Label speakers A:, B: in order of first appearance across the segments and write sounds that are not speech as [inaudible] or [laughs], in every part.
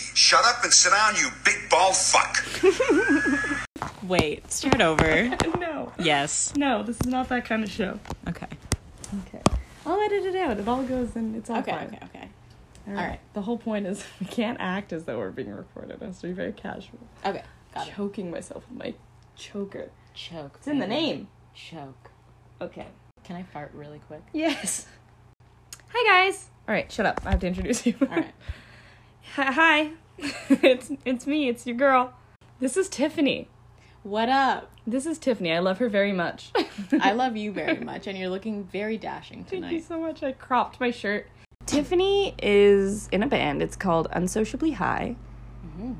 A: Shut up and sit down, you big bald fuck.
B: Wait, start over. [laughs]
C: no,
B: yes.
C: no, this is not that kind of show.
B: Okay.
C: Okay. I'll edit it out. It all goes and it's all
B: Okay,
C: fine.
B: okay, okay.
C: All
B: All right.
C: The whole point is [laughs] we can't act as though we're being recorded. It has to be very casual.
B: Okay, got it.
C: Choking myself with my choker.
B: Choke.
C: It's in the
B: baby.
C: name.
B: Choke.
C: Okay.
B: Can I fart really quick?
C: Yes. Hi guys. All right, shut up. I have to introduce you.
B: All right.
C: [laughs] Hi. [laughs] it's it's me. It's your girl. This is Tiffany.
B: What [laughs] up?
C: This is Tiffany. I love her very much. [laughs]
B: I love you very much, and you're looking very dashing
C: Thank you
B: tonight.
C: so much. I cropped my shirt. Tiffany is in a band. It's called Unsociably High. Mm-hmm.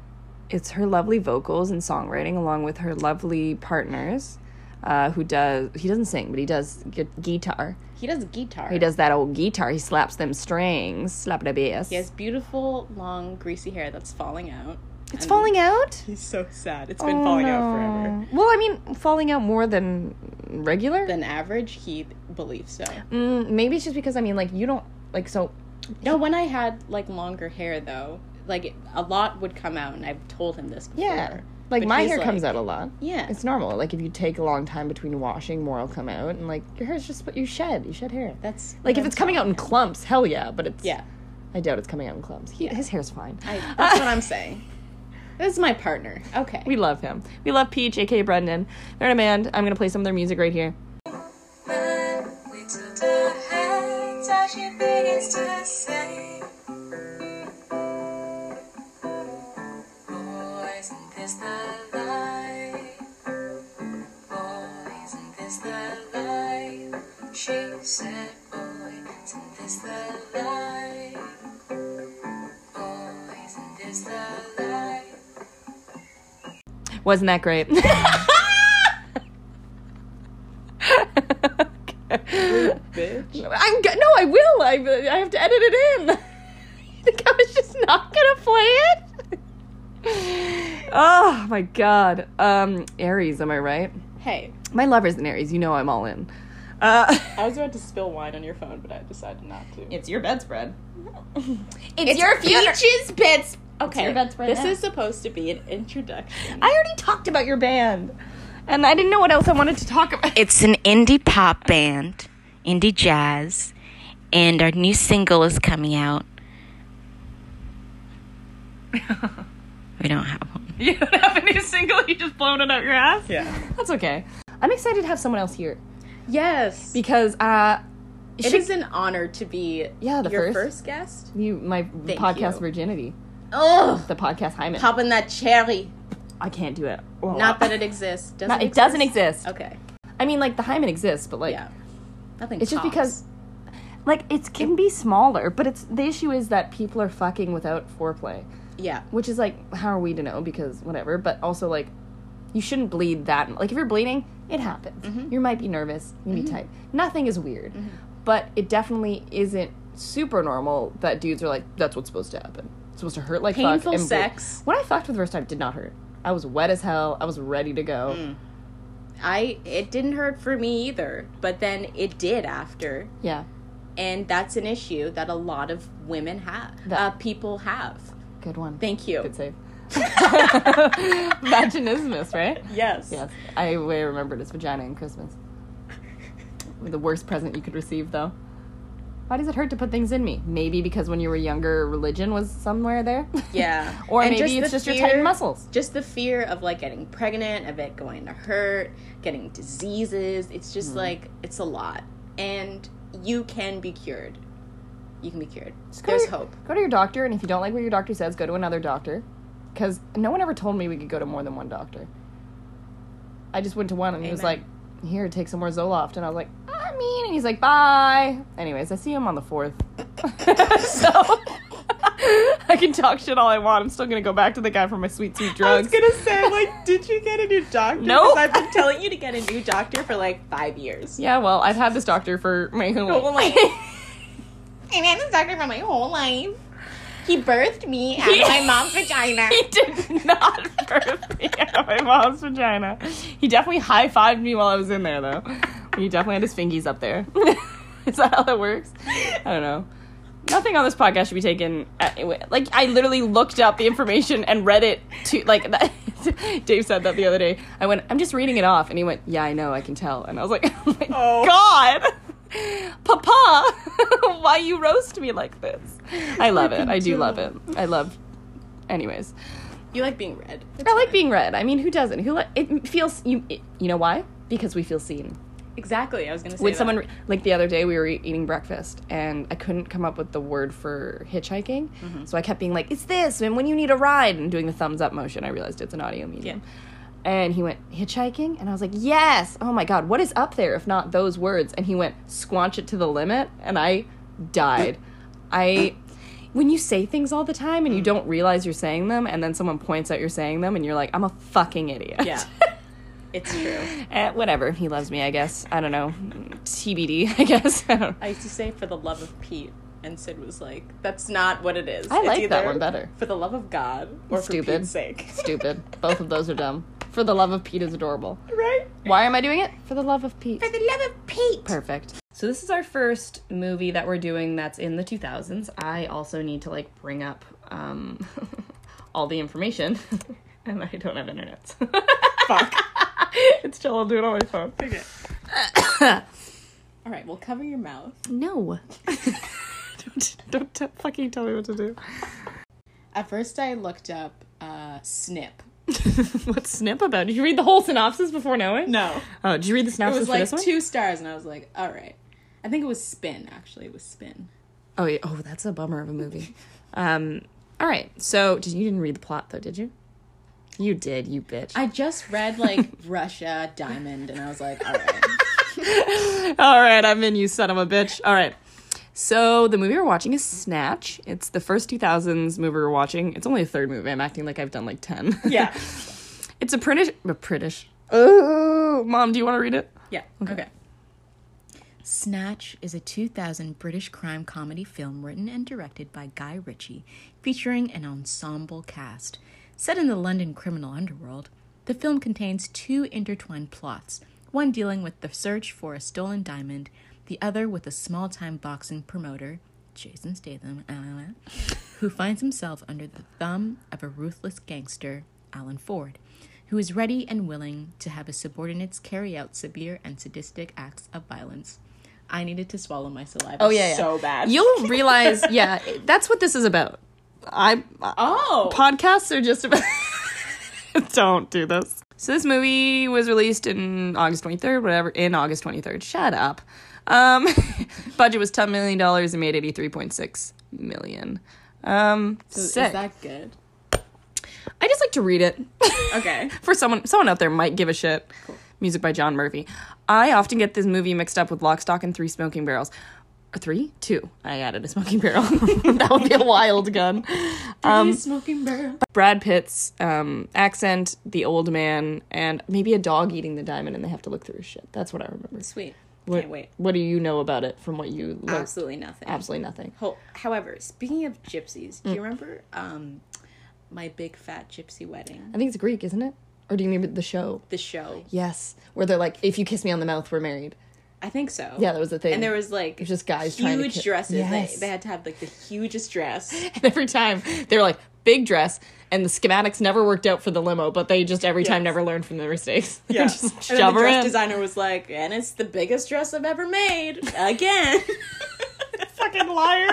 C: It's her lovely vocals and songwriting, along with her lovely partners, uh, who does he doesn't sing, but he does gu- guitar.
B: He does guitar.
C: He does that old guitar. He slaps them strings, slap the bass.
B: He has beautiful, long, greasy hair that's falling out.
C: it's falling out.
B: He's so sad.
C: Oh,
B: It's been falling out forever.
C: Well, I mean, falling out more than regular.
B: Than average, he believes so.
C: Mm, maybe it's just because I mean, like you don't like so.
B: No, when I had like longer hair though, like a lot would come out, and I've told him this before.
C: Yeah, like
B: But
C: my
B: he's
C: hair comes
B: like-
C: out a lot.
B: Yeah.
C: It's normal. Like if you take a long time between washing, more will come out, and like your hair's just what you shed. You shed hair.
B: That's
C: like if it's coming out in clumps, hell yeah. But it's
B: Yeah,
C: I doubt it's coming out in clumps. He, His hair's fine.
B: I, that's what I'm saying. This is my partner. Okay.
C: we love him. We love Peach, aka Brendan. They're in a band. I'm gonna play some of their music right here.
D: We tilt our heads as she begins to say, Boy, isn't this the life? Boy, isn't this the life? She said, Boy, isn't this the life? Boy, isn't this the life?
C: Wasn't that great? [laughs]
B: Bitch.
C: I'm go- no, I will. I I have to edit it in. [laughs] you think I was just not gonna play it? [laughs] oh my god. Um, Aries, am I right?
B: Hey,
C: My lover's an Aries. You know I'm all in. Uh, [laughs]
B: I was about to spill wine on your phone, but I decided not to.
C: it's your bedspread.
B: It's, your peaches beds. Okay.
C: your bedspread
B: this
C: now.
B: is supposed to be an introduction.
C: I already talked about your band, and I didn't know what else I wanted to talk about.
E: It's an indie pop band, indie jazz, and our new single is coming out. we don't have one.
C: You don't have any single. You just blown it out your ass.
B: Yeah.
C: [laughs] That's okay. I'm excited to have someone else here
B: Yes.
C: because uh,
B: it is an honor to be
C: Yeah, the
B: your
C: first.
B: guest.
C: you my
B: Thank
C: podcast
B: you.
C: virginity,
B: Oh,
C: the podcast hymen.
B: popping that cherry.
C: I can't do it.
B: Not that it exists. Does
C: Not-
B: it,
C: it doesn't
B: exist?
C: exist.
B: Okay.
C: I mean, like the hymen exists, but like
B: Yeah. Nothing.
C: it's just
B: pops.
C: because, like, it can be smaller. But it's the issue is that people are fucking without foreplay,
B: Yeah.
C: which is like, how are we to know? Because whatever. But also like, you shouldn't bleed that. Like, if you're bleeding, it happens.
B: Mm-hmm.
C: You might be nervous. You be tight. Nothing is weird, but it definitely isn't super normal that dudes are like, that's what's supposed to happen. It's supposed to hurt like
B: Painful
C: fuck and bleed."
B: sex.
C: When I fucked for the first time, it did not hurt. I was wet as hell. I was ready to go.
B: Mm. I it didn't hurt for me either, but then it did after,
C: Yeah.
B: and that's an issue that a lot of women have, uh,
C: That-
B: people have.
C: Good one.
B: Thank you. [laughs]
C: Good save. [laughs] Vaginismus, right?
B: Yes.
C: Yes. I, I remembered it's vagina and Christmas. The worst present you could receive, though. Why does it hurt to put things in me? Maybe because when you were younger, religion was somewhere there.
B: Yeah.
C: [laughs] or
B: And
C: maybe it's
B: the
C: just your tight
B: fear-
C: muscles.
B: Just the fear of like getting pregnant, of it going to hurt, getting diseases. It's just
C: Mm-hmm.
B: like it's a lot, and you can be cured. You can be cured.
C: Just go to
B: There's
C: your-
B: hope.
C: Go to your doctor, and if you don't like what your doctor says, go to another doctor. Because no one ever told me we could go to more than one doctor. I just went to one, and he was like,
B: Amen.
C: "Here, take some more Zoloft," and I was like, "I mean," and he's like, "Bye." Anyways, I see him on the fourth, [laughs] so [laughs] I can talk shit all I want. I'm still gonna go back to the guy for my sweet, sweet drugs.
B: say, I'm like, did you get a new
C: [laughs]
B: doctor?
C: No.
B: 'Cause I've been telling you to get a new doctor for like five years.
C: yeah, well, I've had this doctor for my whole
B: whole
C: life.
B: [laughs] life. I had this doctor for my whole life. He birthed me out
C: [laughs]
B: of my mom's vagina.
C: He did not birth me [laughs] out of my mom's vagina. He definitely high fived me while I was in there, [laughs] though. He definitely had his fingies up there. Is that how that works? I don't know. nothing on this podcast should be taken. At, like I literally looked up the information and read it to like. [laughs] That, Dave said that the other day. I went, I'm just reading it off, and he went, Yeah, I know, I can tell. And I was like, [laughs] Oh my god, Papa, [laughs] why you roast me like this? I love it. I do love it. I love. Anyways,
B: You like being read.
C: I like being read. I mean, who doesn't? Who li- it feels you? It, you know why? Because we feel seen.
B: Exactly. I was gonna say
C: When
B: that.
C: someone like the other day we were eating breakfast and I couldn't come up with the word for hitchhiking,
B: Mm-hmm.
C: so I kept being like, "It's this," and when you need a ride, and doing the thumbs up motion. I realized it's an audio medium. And he went hitchhiking, and I was like, "Yes! Oh my god, what is up there if not those words?" And he went squanch it to the limit, and I died. I. When you say things all the time and
B: Mm.
C: you don't realize you're saying them, and then someone points out you're saying them, and you're like, I'm a fucking idiot.
B: Yeah.
C: [laughs]
B: [laughs] it's true.
C: Eh, whatever. He loves me, I guess. I don't know. TBD, [laughs] I guess. I don't
B: I used to say for the love of Pete, and Sid was like, "That's not what it is."
C: I
B: It's
C: like that
B: either
C: one better.
B: For the love of God, or for
C: Stupid.
B: Pete's sake,
C: Stupid. Both of those are dumb. For the love of Pete is adorable.
B: right?
C: Why am I doing it? For the love of Pete.
B: For the love of Pete.
C: Perfect. So this is our first movie that we're doing that's in the 2000s. I also need to like bring up um, [laughs] all the information, [laughs] and I don't have internet. [laughs] Fuck. it's chill. I'll do it on my phone.
B: [laughs] All right, well, cover your mouth.
C: No. [laughs] don't don't t- fucking tell me what to do.
B: At first, I looked up uh, snip.
C: [laughs] What's snip about? Did you read the whole synopsis before knowing?
B: No,
C: Oh, did you read
B: [laughs]
C: the
B: it
C: synopsis
B: was
C: for
B: like
C: this one?
B: two stars, and I was like, "All right." I think it was spin. Actually, it was spin.
C: Oh, yeah. oh, that's a bummer of a movie. um, all right. So, did you didn't read the plot though, did you? You did, you bitch.
B: I just read
C: [laughs]
B: like Russia Diamond, and I was like, "All right."
C: all right, I'm in, you son of a bitch. All right. So, the movie we're watching is Snatch. It's the first 2000s movie we're watching. It's only a third movie. I'm acting like I've done like 10.
B: Yeah.
C: [laughs]
B: [laughs]
C: it's a British. A British. Oh, mom, do you want to read it?
B: Yeah. Okay. Snatch is a 2000 British crime comedy film written and directed by Guy Ritchie, featuring an ensemble cast. Set in the London criminal underworld, the film contains two intertwined plots, one dealing with the search for a stolen diamond, the other with a small time boxing promoter, Jason Statham, [laughs] uh, who finds himself under the thumb of a ruthless gangster, Alan Ford, who is ready and willing to have his subordinates carry out severe and sadistic acts of violence. I needed to swallow my saliva
C: Oh, yeah, yeah.
B: so bad. [laughs]
C: You'll realize, yeah, that's what this is about. I,
B: oh,
C: podcasts are just about [laughs] don't do this so this movie was released in august 23rd whatever in august 23rd shut up um [laughs] budget was 10 million dollars and made 83.6 million um sick.
B: is that good?
C: i just like to read it
B: Okay.
C: for someone someone out there might give a shit music by john murphy i often get this movie mixed up with lock stock and three smoking barrels or three two i added a smoking barrel [laughs] that would be a wild gun Um,
B: smoking barrel.
C: Brad Pitt's um, accent, the old man, and maybe a dog eating the diamond, and they have to look through his shit. That's what I remember.
B: Sweet.
C: What,
B: Can't wait.
C: What do you know about it from what you learned?
B: Absolutely nothing.
C: Absolutely nothing.
B: Ho- However, speaking of gypsies,
C: Mm.
B: do you remember um, my big fat gypsy wedding?
C: I think it's Greek, isn't it? Or do you remember the show?
B: The show.
C: Yes, where they're like, if you kiss me on the mouth, we're married.
B: I think so.
C: Yeah, that was the thing.
B: And there was like
C: was just guys
B: huge
C: trying to ki-
B: dresses.
C: Yes.
B: They, they had to have like the hugest dress.
C: [laughs] And every time they were like, big dress, and the schematics never worked out for the limo, but they just every time
B: Yes.
C: never learned from their mistakes. [laughs] They
B: Yeah.
C: just
B: and then
C: shove
B: the
C: her
B: dress
C: in.
B: designer was like, and it's the biggest dress I've ever made.
C: [laughs]
B: Again. Fucking liar.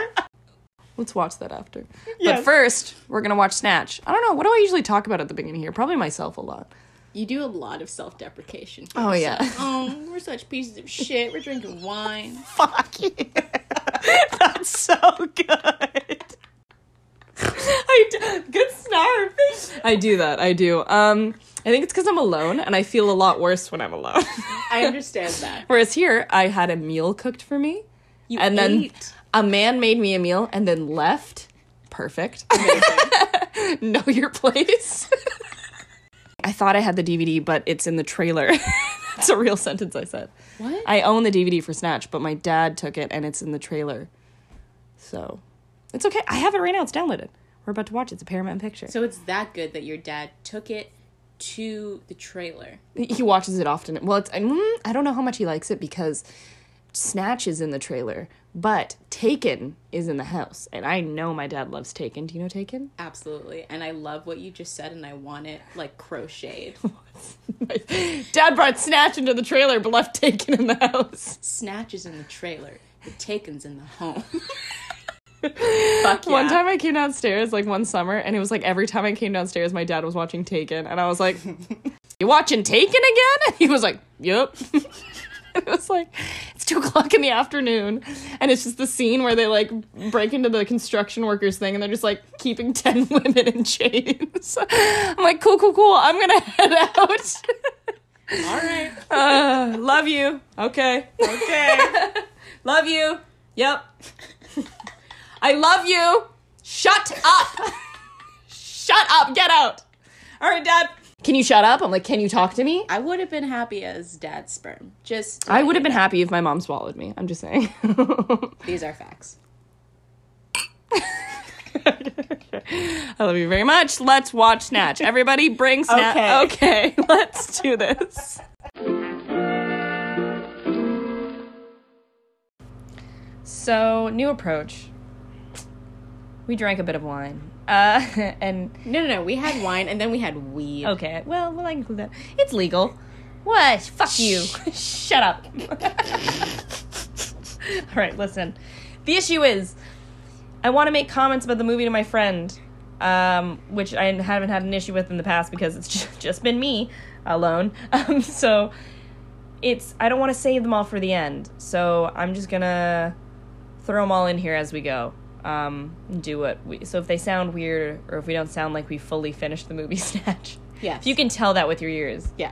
C: Let's watch that after. But
B: Yes.
C: first, we're gonna watch Snatch. I don't know. What do I usually talk about at the beginning here? Probably myself a lot.
B: You do a lot of self deprecation.
C: Oh yeah. [laughs]
B: Oh, we're such pieces of shit. We're drinking wine.
C: Fuck you. [laughs] That's so good. I do, good snarf. I do that. I do. Um, I think it's because I'm alone, and I feel a lot worse when I'm alone. [laughs]
B: I understand that.
C: Whereas here, I had a meal cooked for me,
B: You
C: and then
B: ate.
C: a man made me a meal and then left. Perfect. [laughs] know your place. [laughs] I thought I had the DVD, but it's in the trailer. [laughs] That's a real sentence I said.
B: What?
C: I own the DVD for Snatch, but my dad took it and it's in the trailer. So it's okay. I have it right now. It's downloaded. We're about to watch it. It's a Paramount picture.
B: so it's that good that your dad took it to the trailer.
C: he watches it often. Well, it's, mm, I don't know how much he likes it because Snatch is in the trailer, but Taken is in the house, and I know my dad loves Taken. Do you know Taken? [laughs]
B: Absolutely. And I love what you just said, and I want it like crocheted.
C: dad brought Snatch into the trailer, but left Taken in the house.
B: Snatch is in the trailer, the taken's in the home. [laughs] Fuck yeah.
C: One time I came downstairs, like one summer, and it was like every time I came downstairs, my dad was watching Taken, and I
B: [laughs]
C: was like, You watching Taken again? And he was like, Yep. [laughs] and it was like, It's two o'clock in the afternoon, and it's just the scene where they like break into the construction workers thing, and they're just like keeping [laughs] 10 women in chains. I'm like, Cool, cool, cool. I'm gonna [laughs] head out.
B: All right.
C: Uh, love you. Okay. [laughs]
B: Okay.
C: Love you. Yep. I love you. Shut up. shut up. Get out. All right, Dad. Can you shut up? I'm like, can you talk to me?
B: I would have been happy as dad's sperm. Just
C: I would have been happy if my mom swallowed me. I'm just saying. [laughs]
B: these are facts.
C: I love you very much. Let's watch Snatch. Everybody bring Snatch. Okay. okay, [laughs] let's do this. So, new approach. We drank a bit of wine. Uh, [laughs] and
B: No, no, no. We had wine and then we had weed.
C: okay, well, well, I include that. It's legal. What? Fuck you. [laughs] Shut up. [laughs] All right, listen. The issue is, I want to make comments about the movie to my friend, um, which I haven't had an issue with in the past because it's [laughs] ju- just been me alone. [laughs] Um, so it's I don't want to save them all for the end. So I'm just gonna throw them all in here as we go. Um, and do what we so if they sound weird or if we don't sound like we fully finished the movie [laughs] snatch.
B: Yes.
C: If you can tell that with your ears,
B: Yeah.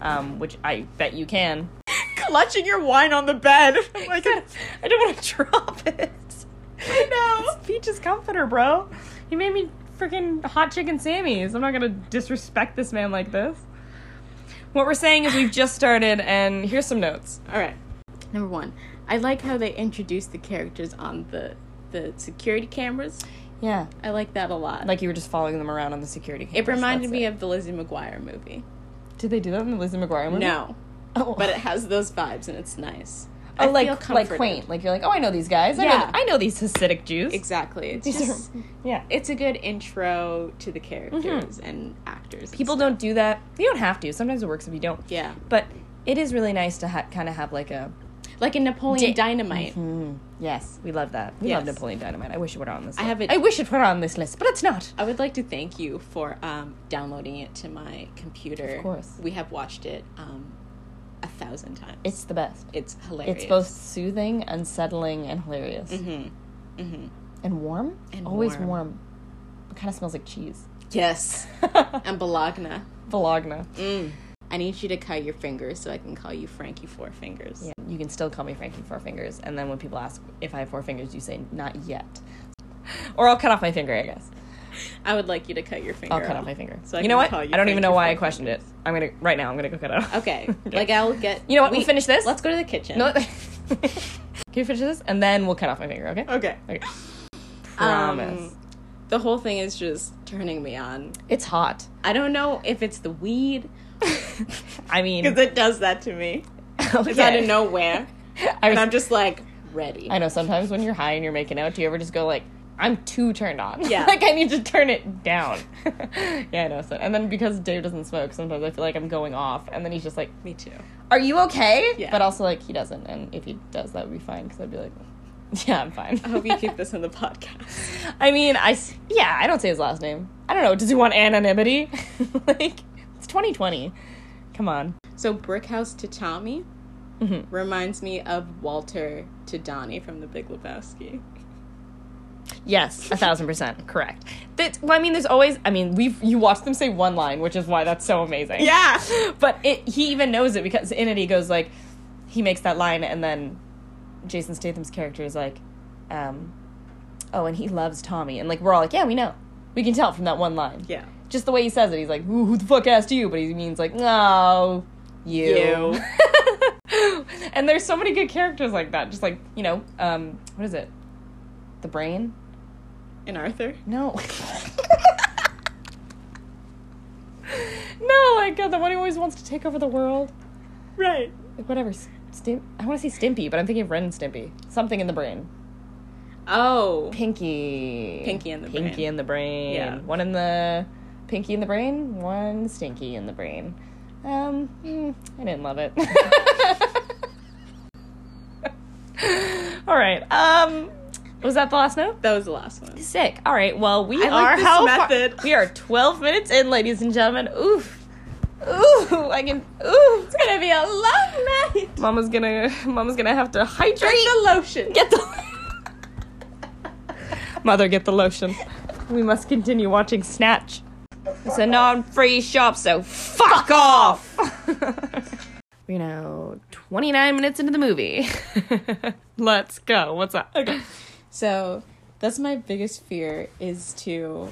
C: um, which I bet you can. [laughs]
B: Clutching your wine on the bed.
C: I don't want to drop it. No. [laughs] It's Peach's comforter, bro. He made me freaking hot chicken Sammy's. I'm not going to disrespect this man like this. What we're saying is we've just started, and here's some notes.
B: All right. Number one, I like how they introduced the characters on the the security cameras.
C: Yeah.
B: I like that a lot.
C: Like you were just following them around on the security
B: it
C: cameras,
B: reminded
C: that's
B: me
C: it.
B: of the Lizzie McGuire movie.
C: Did they do that in the Lizzie McGuire movie?
B: No,
C: Oh.
B: but it has those vibes and it's nice. I
C: Oh,
B: feel
C: like, like
B: comforted.
C: quaint. Like you're like, oh, I know these guys. I, know,
B: Yeah.
C: I know these Hasidic Jews.
B: Exactly. It's
C: These are-
B: just
C: Yeah.
B: it's a good intro to the characters and actors. and
C: Mm-hmm. People
B: stuff.
C: don't do that. You don't have to. Sometimes it works if you don't.
B: Yeah,
C: But it is really nice to ha- kind of have like a
B: like in Napoleon Dynamite.
C: Mm-hmm. Yes, we love that. We love
B: Yes.
C: Napoleon Dynamite. I wish it were on this. List.
B: I have it-
C: I wish it were on this list, but it's not.
B: I would like to thank you for um, downloading it to my computer. Of
C: course.
B: we have watched it um, a thousand times.
C: It's the best.
B: It's hilarious.
C: It's both soothing, unsettling, and hilarious. Mm-hmm. Mm-hmm. And warm.
B: And
C: Always warm.
B: warm.
C: It kind of smells like [laughs] cheese.
B: yes, and Bologna.
C: Bologna.
B: I need you to cut your fingers so I can call you Frankie Four Fingers.
C: Yeah. You can still call me Frankie Four Fingers, and then when people ask if I have four fingers, you say not yet, or I'll cut off my finger. I guess
B: I would like you to cut your finger.
C: I'll cut off my finger.
B: So I
C: you
B: can
C: know what?
B: call you
C: I don't even
B: Frankie
C: know why
B: Four
C: I questioned it. I'm gonna right now. I'm gonna go cut it off. [laughs]
B: Okay, like I'll get.
C: You know what? We'll finish this.
B: Let's go to the kitchen.
C: No. [laughs] Can you finish this? And then we'll cut off my finger, okay?
B: Okay. Um,
C: Okay. Promise.
B: The whole thing is just turning me on.
C: it's hot.
B: I don't know if it's the
C: [laughs]
B: weed [laughs]
C: I mean, [laughs]
B: because it does that to me.
C: okay.
B: It's out of nowhere,
C: [laughs] I,
B: and
C: was-
B: I'm just like ready.
C: I know sometimes when you're high and you're making out, do you ever just go like, I'm too turned on?
B: Yeah.
C: [laughs] like, I need to turn it down. [laughs] yeah, I know. So, and then because Dave doesn't smoke, sometimes I feel like I'm going off. And then he's just like,
B: Me too.
C: Are you okay?
B: Yeah.
C: But also, like, he doesn't. And if he does, that would be fine because I'd be like, [laughs] Yeah, I'm fine.
B: I hope you
C: [laughs]
B: keep this in the podcast.
C: I mean, I s- yeah, I don't say his last name. I don't know. Does he
B: [laughs]
C: want anonymity? [laughs] like it's 2020. Come on.
B: So Brickhouse to Tommy reminds me of Walter to Donnie from The Big Lebowski.
C: Yes, a thousand percent correct. That well, I mean, there's always. I mean, we've you watch them say one line, which is why that's so amazing.
B: Yeah.
C: [laughs] But it he even knows it because in it he goes like, he makes that line, and then Jason Statham's character is like, um, oh, and he loves Tommy, and like we're all like, yeah, we know, we can tell from that one line.
B: Yeah.
C: just the way he says it, he's like, "Who who the fuck asked you?" But he means like, "No, you." [laughs] and there's so many good characters like that. Just like you know, um, what is it? The brain?
B: And Arthur.
C: No. [laughs] no, like uh, the one who always wants to take over the world.
B: Right.
C: Like whatever. Stim- I want to say Stimpy, but I'm thinking of Ren and Stimpy. Something in the brain.
B: Oh,
C: Pinky.
B: Pinky in the
C: Pinky
B: brain.
C: in the brain.
B: Yeah.
C: One in the pinky in the brain. One stinky in the brain. Um, mm, I didn't love it. [laughs] All right. Um, was that the last note?
B: that was the last one.
C: Sick. All right. Well, we
B: I
C: are
B: like this
C: how far-
B: method.
C: we are 12 minutes in, ladies and gentlemen. Oof. Ooh, I can. Ooh, it's gonna be a long night. Mama's gonna, mama's gonna have to hydrate.
B: The lotion.
C: Get the Mother, get the lotion. We must continue watching Snatch. It's a non-free shop, so fuck [laughs] off. We're now 29 minutes into the movie. [laughs] Let's go. What's up? Okay.
B: So that's my biggest fear is to.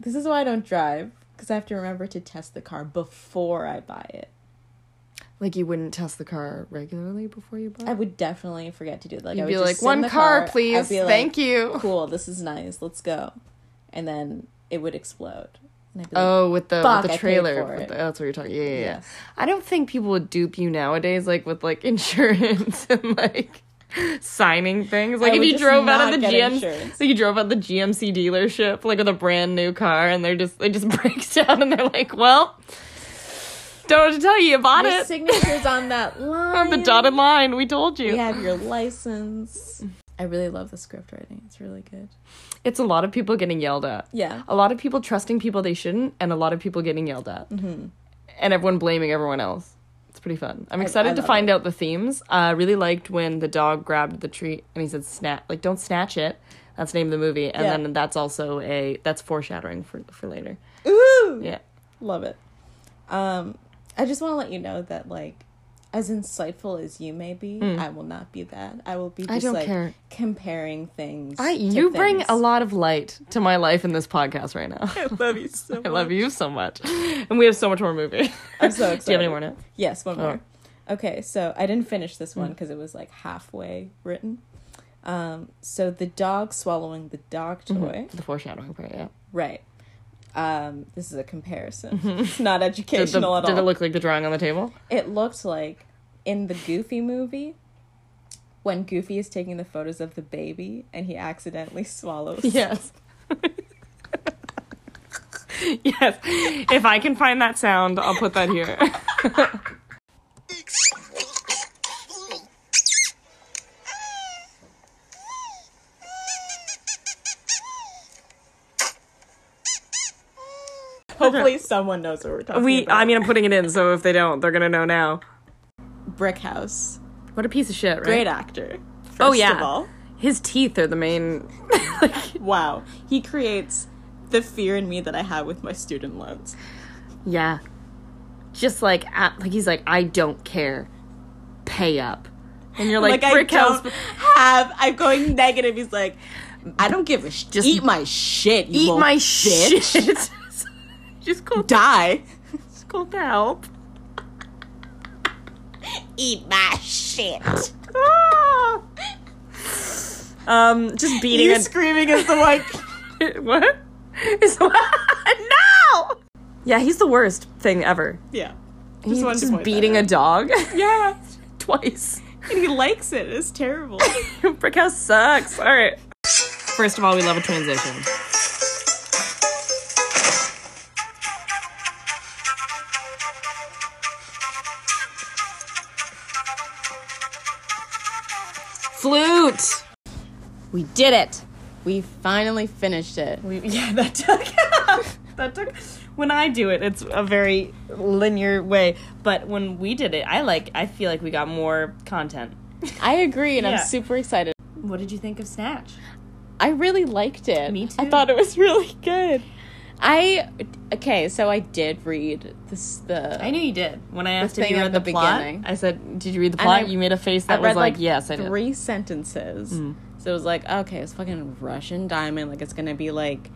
B: This is why I don't drive because I have to remember to test the car before I buy it.
C: Like you wouldn't test the car regularly before you bought
B: I would definitely forget to do that. Like, I
C: You'd
B: would
C: be
B: just
C: like,
B: sit in
C: "One
B: the
C: car,
B: I'd
C: please.
B: be like,
C: Thank you."
B: Cool. This is nice. Let's go. And then it would explode. And I'd be like,
C: Oh, with the
B: Fuck,
C: with
B: I paid
C: the trailer.
B: for
C: With
B: it.
C: the- that's what you're talking. Yeah, yeah, yeah.
B: Yes.
C: I don't think people would dupe you nowadays, like with like [laughs] insurance and like signing things. Like if
B: would
C: you
B: just
C: drove out of
B: not
C: the
B: get
C: GM,
B: insurance.
C: so you drove out the GMC dealership like with a brand new car, and they're just it just [laughs] breaks down, and they're like, well, don't know what to tell you about
B: Your
C: it.
B: signature's on
C: [laughs]
B: that line.
C: on the dotted line, we told you.
B: You have your license. I really love the script writing. It's really good.
C: It's a lot of people getting yelled at.
B: Yeah.
C: a lot of people trusting people they shouldn't, and a lot of people getting yelled at, and everyone blaming everyone else. It's pretty fun. I'm excited
B: Mm-hmm. I
C: to
B: love
C: find out the themes. Uh, I really liked when the dog grabbed the treat and he said "snatch," like "don't snatch it." That's the name of the movie, and
B: Yeah.
C: then that's also a that's foreshadowing for for later.
B: Ooh.
C: Yeah,
B: Love it. Um, I just want to let you know that, like, as insightful as you may be, I will not be that. I will be just
C: Mm. don't
B: like
C: care.
B: comparing things.
C: I
B: to
C: you bring
B: [laughs]
C: a
B: things.
C: lot of light to my life in this podcast right now.
B: [laughs] I love you
C: [laughs]
B: so much.
C: I love you so much, and we have so much more movie.
B: I'm so excited.
C: Do you have any more Oh. notes?
B: Yes, one more. Okay, so I didn't finish this
C: Mm.
B: one because it was like halfway written. Um, so the dog swallowing the dog toy.
C: The foreshadowing part. Yeah.
B: Right. Um, this is a comparison. It's [laughs] not
C: Mm-hmm. Did, the,
B: educational
C: did
B: at
C: it
B: all.
C: look like the drawing on the table?
B: it looked like in the Goofy movie when Goofy is taking the photos of the baby and he accidentally swallows.
C: Yes. [laughs] yes. If I can find that sound, I'll put that here.
B: [laughs] Hopefully, someone knows what we're talking
C: [laughs] We,
B: about.
C: I mean, I'm putting it in, so if they don't, they're gonna know now.
B: Brick House,
C: What a piece of shit, right?
B: great actor. First
C: Oh yeah.
B: of all.
C: His teeth are the main. [laughs]
B: Wow, he creates the fear in me that I have with my student loans.
C: yeah. Just like, at, like he's like, I don't care. Pay up. And you're like,
B: Like, I
C: brick house.
B: don't have. I'm going negative. He's like, I don't give a sh- just eat my shit. You
C: Eat
B: little
C: my
B: bitch.
C: [laughs] shit. Just call,
B: Die.
C: just call the help.
B: Eat my shit.
C: Ah. Um, just beating
B: You
C: a-
B: screaming is the
C: [laughs]
B: like.
C: what? Is [laughs] no? Yeah, he's the worst thing ever.
B: Yeah.
C: He's
B: wanted to
C: just
B: point that
C: beating a dog [laughs]
B: Yeah.
C: twice. [laughs]
B: And he likes it. It's terrible.
C: Brickhouse sucks. All right. First of all, we love a transition. Flute.
B: [laughs] we did it. We finally finished it.
C: We, [laughs] yeah, that took that took. [laughs] When I do it, it's a very linear way. But when we did it, I like. I feel like we got more content.
B: I agree, and
C: Yeah.
B: I'm super excited.
C: What did you think of Snatch?
B: I really liked it.
C: Me
B: I
C: too.
B: thought it was [laughs] really good. I okay, so I did read this the
C: I knew you did. When I asked if
B: thing
C: you
B: at
C: read the,
B: the
C: plot,
B: beginning.
C: I said, "Did you read the
B: And
C: plot?"
B: I-
C: you made a face
B: I
C: that was like, "Yes, I did." Mm.
B: three sentences. So it was like, okay, it's fucking Russian Diamond. Like it's gonna be like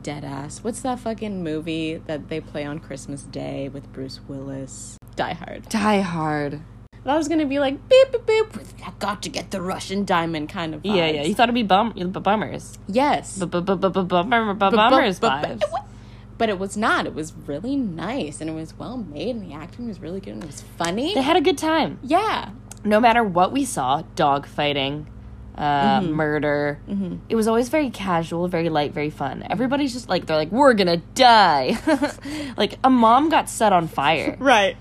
B: dead ass. What's that fucking movie that they play on Christmas Day with Bruce Willis? Die Hard.
C: Die Hard.
B: And I was gonna be like beep beep beep. I got to get the Russian Diamond kind of. Vibes.
C: Yeah, yeah. You thought it'd be bum b- bummers,
B: yes.
C: B- b- b- b- b- bummer, b- bummers
B: but-
C: vibes.
B: But it was not. It was really nice, and it was well made, and the acting was really good, and it was funny.
C: They had a good time.
B: yeah,
C: no matter what we saw dog fighting uh, murder it was always very casual very light very fun everybody's just like they're like we're gonna die [laughs] like a mom got set on fire
B: Right.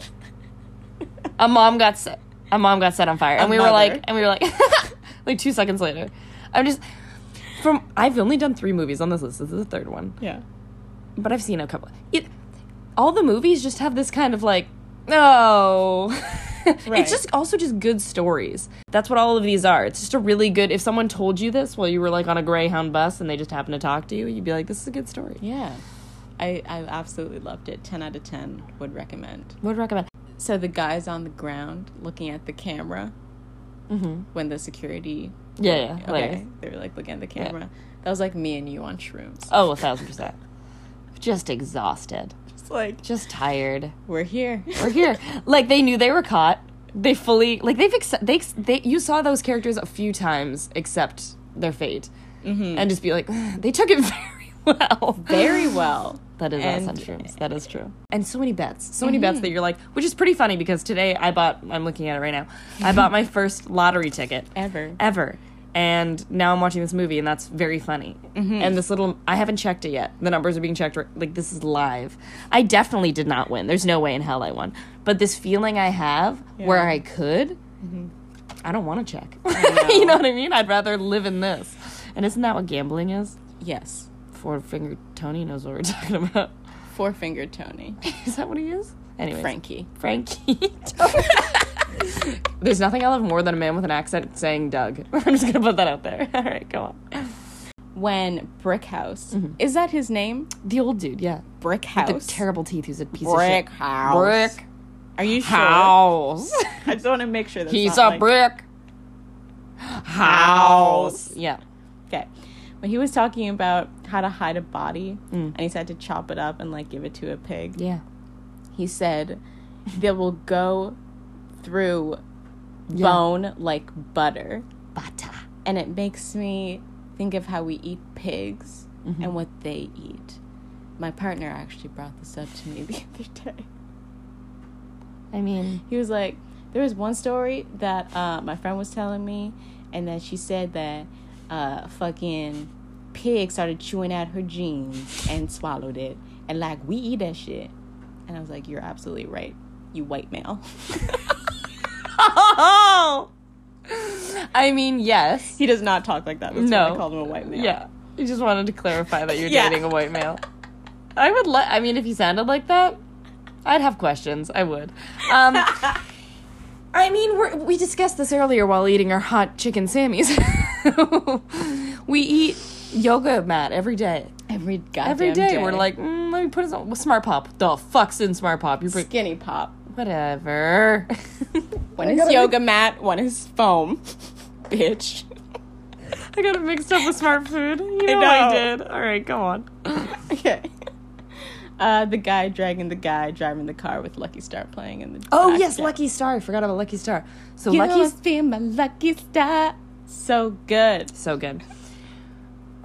C: a mom got set a mom got set on fire and we were
B: mother.
C: like and we were like [laughs] like two seconds later i'm just from i've only done three movies on this list this is the third one
B: Yeah.
C: but I've seen a couple. It, all the movies just have this kind of like, no.
B: Right.
C: [laughs] It's just also just good stories. That's what all of these are. It's just a really good. If someone told you this while you were like on a Greyhound bus and they just happened to talk to you, you'd be like, "This is a good story."
B: Yeah. I, I absolutely loved it. 10 out of 10 would recommend.
C: Would recommend.
B: So the guy's on the ground looking at the camera when the security.
C: Yeah, yeah.
B: Okay.
C: Like,
B: They were like looking at the camera. That was like me and you on shrooms.
C: oh, a thousand percent. just exhausted.
B: It's like,
C: Just tired.
B: we're here. [laughs]
C: We're here. like they knew they were caught. They fully like they've accept they, they you saw those characters a few times accept their fate and just be like they took it Mm-hmm. [laughs] very well.
B: Very well.
C: That is
B: And-
C: us on shrooms. That is true. Mm-hmm. And so many bets, so many bets that you're like, which is pretty funny because today I bought. I'm looking at it right now. I bought my first lottery ticket
B: Ever.
C: ever. And now I'm watching this movie, and that's very funny. And this little, I haven't checked it yet. The numbers are being checked. right- Like, this is live. I definitely did not win. There's no way in hell I won. But this feeling I have where I could, Mm-hmm. I don't want to check. [laughs] you know what I mean? I'd rather live in this. And isn't that what gambling is?
B: Yes.
C: Four finger Tony knows what we're [laughs] talking about.
B: Four finger Tony.
C: Is that what he is? Anyway,
B: Frankie.
C: Frankie. [laughs] There's nothing I love more than a man with an accent saying Doug. [laughs] I'm just gonna put that out there. [laughs] All right, go on.
B: When Brickhouse. Is that his name?
C: The old dude, yeah. The
B: Brickhouse.
C: terrible teeth. He's a piece
B: Brick
C: of shit.
B: house. Are you sure?
C: house.
B: [laughs] I just want to make sure that's
C: He's a
B: not like-
C: brick house. Yeah.
B: Okay. When he was talking about how to hide a body and he said to chop it up and like give it to a pig,
C: Yeah.
B: he said they will go through bone like butter.
C: Bata.
B: And it makes me think of how we eat pigs
C: Mm-hmm.
B: and what they eat. My partner actually brought this up to me [laughs] the other day.
C: I mean,
B: He was like, there was one story that uh, my friend was telling me, and that she said that uh, fucking pig started chewing out her jeans and swallowed it, and like we eat that shit. And I was like, you're absolutely right, you white
C: [laughs]
B: male. [laughs]
C: oh. I mean, yes.
B: he does not talk like that. That's why
C: No.
B: I called him a white male.
C: Yeah. You just wanted to clarify that [laughs] you're
B: Yeah.
C: dating a white male. I would like. I mean, if he sounded like that, I'd have questions. I would. Um, [laughs] I mean, we're, we discussed this earlier while eating our hot chicken sammies. [laughs] we eat yoga mat every day.
B: every goddamn
C: Every day,
B: day.
C: we're like, mm, let me put it on smart pop. The fuck's in smart pop? You bring
B: skinny pop.
C: [laughs] whatever.
B: One is yoga mat, one is foam. [laughs] Bitch. [laughs]
C: I got it mixed up with smart food. You know,
B: know.
C: I did. All right, go on.
B: Okay. Uh, the guy dragging the guy driving the car with Lucky Star playing in the
C: Oh
B: back
C: yes,
B: deck.
C: Lucky Star. I forgot about Lucky Star. So
B: You
C: Lucky
B: must be my lucky star. So good.
C: so good.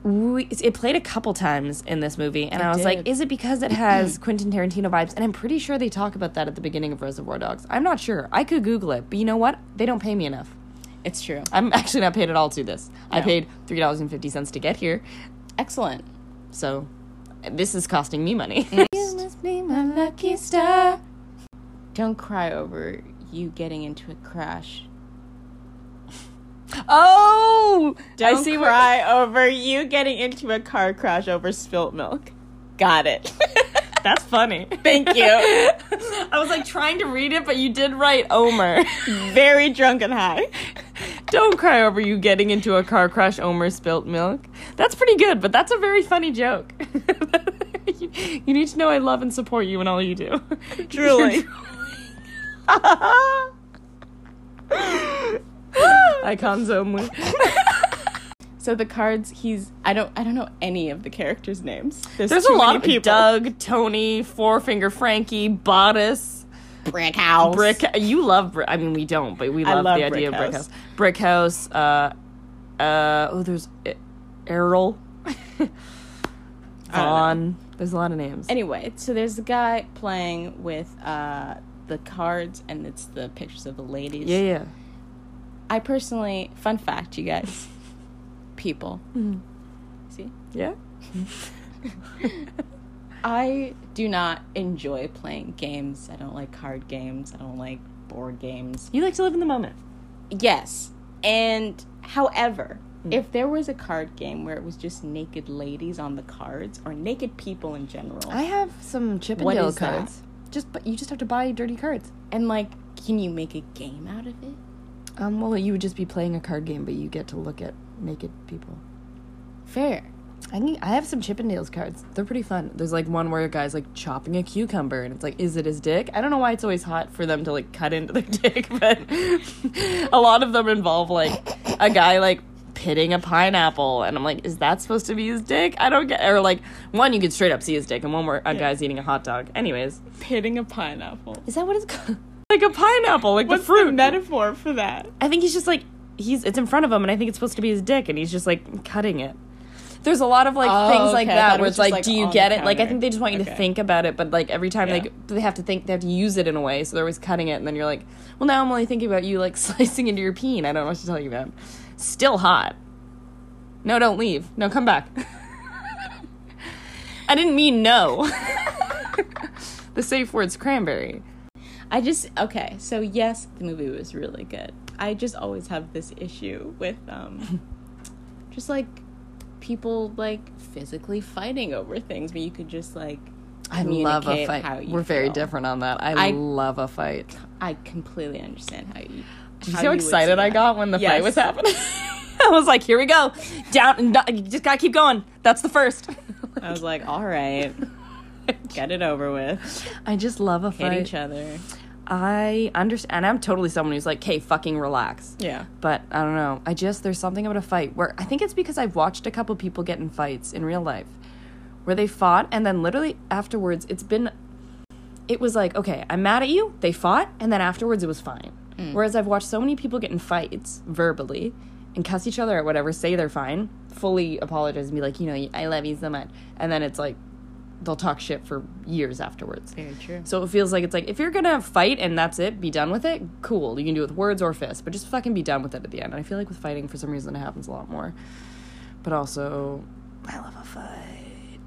C: We, it played a couple times in this movie, and I was like,
B: did.
C: "Is it because it [clears throat] has Quentin Tarantino vibes?" And I'm pretty sure they talk about that at the beginning of Reservoir Dogs. I'm not sure. I could Google it, but you know what? They don't pay me enough.
B: It's true.
C: I'm [laughs] actually not paid at all to this. I paid three dollars and fifty cents to get here,
B: Excellent.
C: so this is costing me money.
B: Don't cry over you getting into a crash.
C: [laughs] oh,
B: Don't
C: I see what-
B: cry over you getting into a car crash over spilt milk. Got it. [laughs]
C: That's funny.
B: Thank you.
C: [laughs] I was like trying to read it, but you did write [laughs] Omer.
B: Very drunk and high.
C: Don't cry over you getting into a car crash, Omer spilt milk. That's pretty good, but that's a very funny joke. [laughs] you, you need to know I love and support you in all you do. [laughs]
B: Truly.
C: Icons only.
B: so the cards he's I don't I don't know any of the characters' names. There's,
C: There's
B: too
C: a lot
B: many
C: of
B: people.
C: Doug, Tony, Four Finger Frankie, Bodice,
B: Brick house.
C: Brick. You love Brick. I mean, we don't, but we
B: I
C: love,
B: love
C: the idea
B: Brick
C: of Brick House. Brick House. Uh, uh, oh, there's E- [laughs] Errol. Vaughn. There's a lot of names.
B: Anyway, so there's the guy playing with uh the cards and it's the pictures of the ladies.
C: yeah, yeah.
B: I personally, fun fact, you guys, people.
C: Mm-hmm.
B: See?
C: Yeah.
B: I do not enjoy playing games. I don't like card games. I don't like board games.
C: You like to live in the moment.
B: Yes. And however, if there was a card game where it was just naked ladies on the cards or naked people in general,
C: I have some Chip and
B: What
C: Dale
B: is that?
C: cards. Just but you just have to buy dirty cards.
B: and like, can you make a game out of it?
C: Um, well, you would just be playing a card game, but you get to look at naked people.
B: Fair.
C: I can, I have some Chippendales cards. They're pretty fun. There's like one where a guy's like chopping a cucumber, and it's like, is it his dick? I don't know why it's always hot for them to like cut into their [laughs] dick, but a lot of them involve like a guy like pitting a pineapple, and I'm like, is that supposed to be his dick? I don't get. Or like one you could straight up see his dick, and one where a guy's eating a hot dog. Anyways,
B: Pitting a pineapple.
C: is that what it's called? Like a pineapple, like the fruit.
B: metaphor for that?
C: I think he's just like he's it's in front of him, and I think it's supposed to be his dick, and he's just like cutting it. There's a lot of like
B: Oh,
C: things like
B: okay. I thought
C: that
B: it
C: where
B: was just,
C: it's like,
B: like,
C: do you
B: on
C: get
B: the
C: it? Like, I
B: counter.
C: think they just want you to
B: Okay.
C: think about it, but like every time
B: Yeah.
C: they they have to think, they have to use it in a way. So they're always cutting it, and then you're like, well, now I'm only thinking about you like [laughs] slicing into your peen. I don't know what to tell you about. Still hot. No, don't leave. No, come back. [laughs] I didn't mean no. [laughs] the safe word's cranberry.
B: I just okay. So yes, the movie was really good. I just always have this issue with um, [laughs] just like people like physically fighting over things, but you could just like
C: I love a
B: communicate
C: fight.
B: how you
C: We're very
B: feel.
C: different on that. I,
B: I-
C: love a fight.
B: I completely understand how you.
C: Did you
B: how
C: see how
B: would do
C: excited I
B: that.
C: got when the fight
B: Yes.
C: was happening? [laughs] I was like, here we go. Down and down. You just gotta keep going. That's the first.
B: [laughs] I was like, all [laughs] right, get it over with.
C: I just love a
B: Hit
C: fight.
B: each other.
C: I understand. And I'm totally someone who's like, hey, fucking relax.
B: Yeah.
C: But I don't know. I just, there's something about a fight where I think it's because I've watched a couple people get in fights in real life where they fought and then literally afterwards it's been, it was like, okay, I'm mad at you. They fought and then afterwards it was fine.
B: Mm.
C: Whereas I've watched so many people get in fights verbally and cuss each other or whatever, say they're fine, fully apologize and be like, you know, I love you so much. And then it's like, they'll talk shit for years afterwards.
B: Very true.
C: So it feels like it's like if you're gonna fight and that's it, be done with it. Cool, you can do it with words or fists, but just fucking be done with it at the end. And I feel like with fighting, for some reason, it happens a lot more. But also, I love a fight,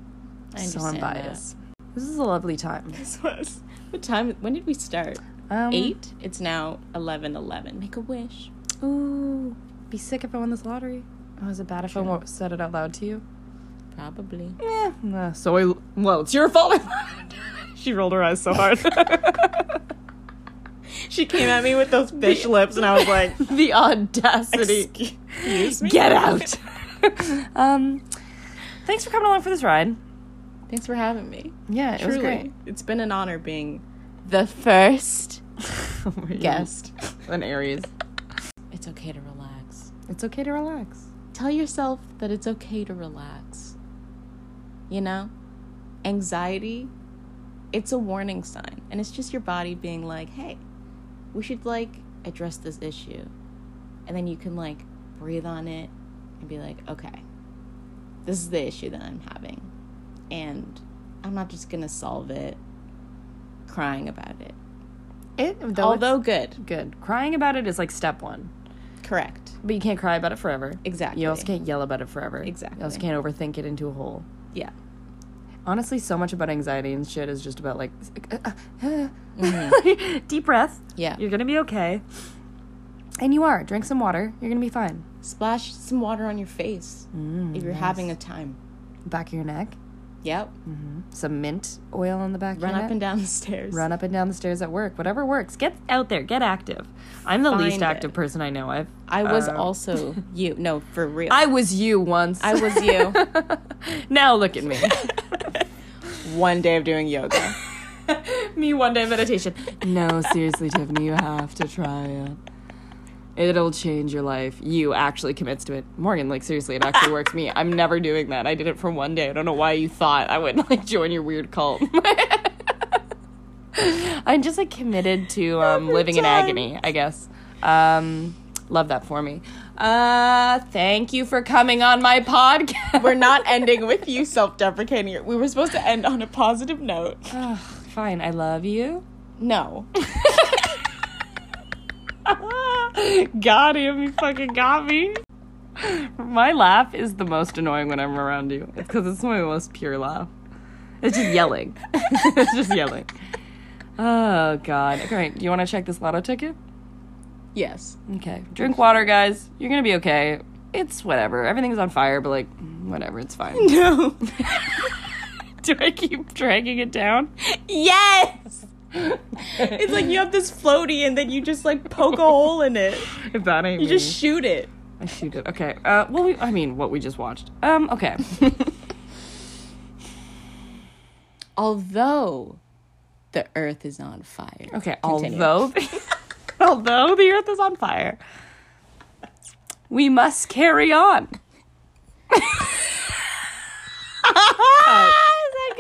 B: I
C: so I'm
B: understand that.
C: biased. This is a lovely time.
B: This was. What time? When did we start?
C: Um,
B: Eight. It's now eleven. Eleven. Hmm. Make a wish.
C: Ooh, be sick if I won this lottery. Oh, is it bad if I won't said it out loud to you?
B: Probably.
C: Eh, nah, so I well, it's your fault. [laughs] she rolled her eyes so hard.
B: She came at me with [laughs] those fish lips, and I was like,
C: [laughs] the audacity. Get out. [laughs] um, thanks for coming along for this ride.
B: Thanks for having me.
C: Yeah, it was
B: Truly.
C: [laughs] great.
B: It's been an honor being the first guest.
C: an Aries.
B: It's okay to relax.
C: It's okay to relax.
B: Tell yourself that it's okay to relax. You know? Anxiety, it's a warning sign. And it's just your body being like, hey, we should like address this issue. And then you can like breathe on it and be like, okay, this is the issue that I'm having. And I'm not just gonna solve it crying about it.
C: It though
B: Although good.
C: good. Crying about it is like step one,
B: Correct.
C: but you can't cry about it forever.
B: Exactly.
C: You also can't yell about it forever.
B: Exactly.
C: You also can't overthink it into a hole.
B: Yeah.
C: Honestly, so much about anxiety and shit is just about like uh, [laughs] deep breath.
B: Mm-hmm. Yeah.
C: You're gonna be okay. And you are. Drink some water. You're gonna be fine.
B: Splash some water on your face if you're having a time.
C: Back of your neck.
B: Yep.
C: Some mint oil on the back. of
B: Run
C: your
B: up
C: neck.
B: and down the stairs.
C: run up and down the stairs at work whatever works get out there get active i'm the least
B: Find
C: active
B: it.
C: person i know i've
B: I was
C: Um,
B: also you. No, for real.
C: i was you once
B: I was you.
C: [laughs] now look
B: [laughs]
C: at me
B: [laughs] One day of doing yoga.
C: me one day of meditation no seriously tiffany you have to try it it'll change your life you actually commits to it morgan like seriously it actually works me i'm never doing that i did it for one day i don't know why you thought i would like join your weird cult [laughs] i'm just like committed to um, living in agony i guess um, love that for me uh thank you for coming on my podcast
B: We're not
C: [laughs]
B: ending with you self deprecating. We were supposed to end on a positive note.
F: Uh. [laughs]
C: fine i love you
B: No.
C: [laughs] got him. You fucking got me. My laugh is the most annoying when I'm around you. It's because it's my most pure laugh. It's just yelling. [laughs] it's just yelling. Oh God. All right. You want to check this lotto ticket?
B: Yes.
C: Okay. Drink water, guys. You're gonna be okay. It's whatever. Everything's on fire, but like, whatever. It's fine. [laughs]
B: No.
C: Do I keep dragging it down?
B: Yes. it's like you have this floaty and then you just like poke a hole
F: [laughs]
B: in it.
C: If that ain't
B: You just shoot it.
C: I shoot it. Okay. Uh, well, we, I mean, what we just watched. Um. Okay.
F: Although the earth is on fire.
C: Okay.
F: Continue.
C: Although, [laughs] although the Earth is on fire, we must carry on. [laughs]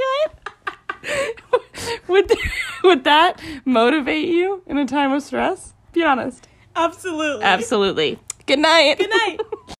C: is that good? [laughs] would would that motivate you in a time of stress? Be honest.
B: Absolutely.
C: Absolutely. Good night. Good [laughs]
B: night.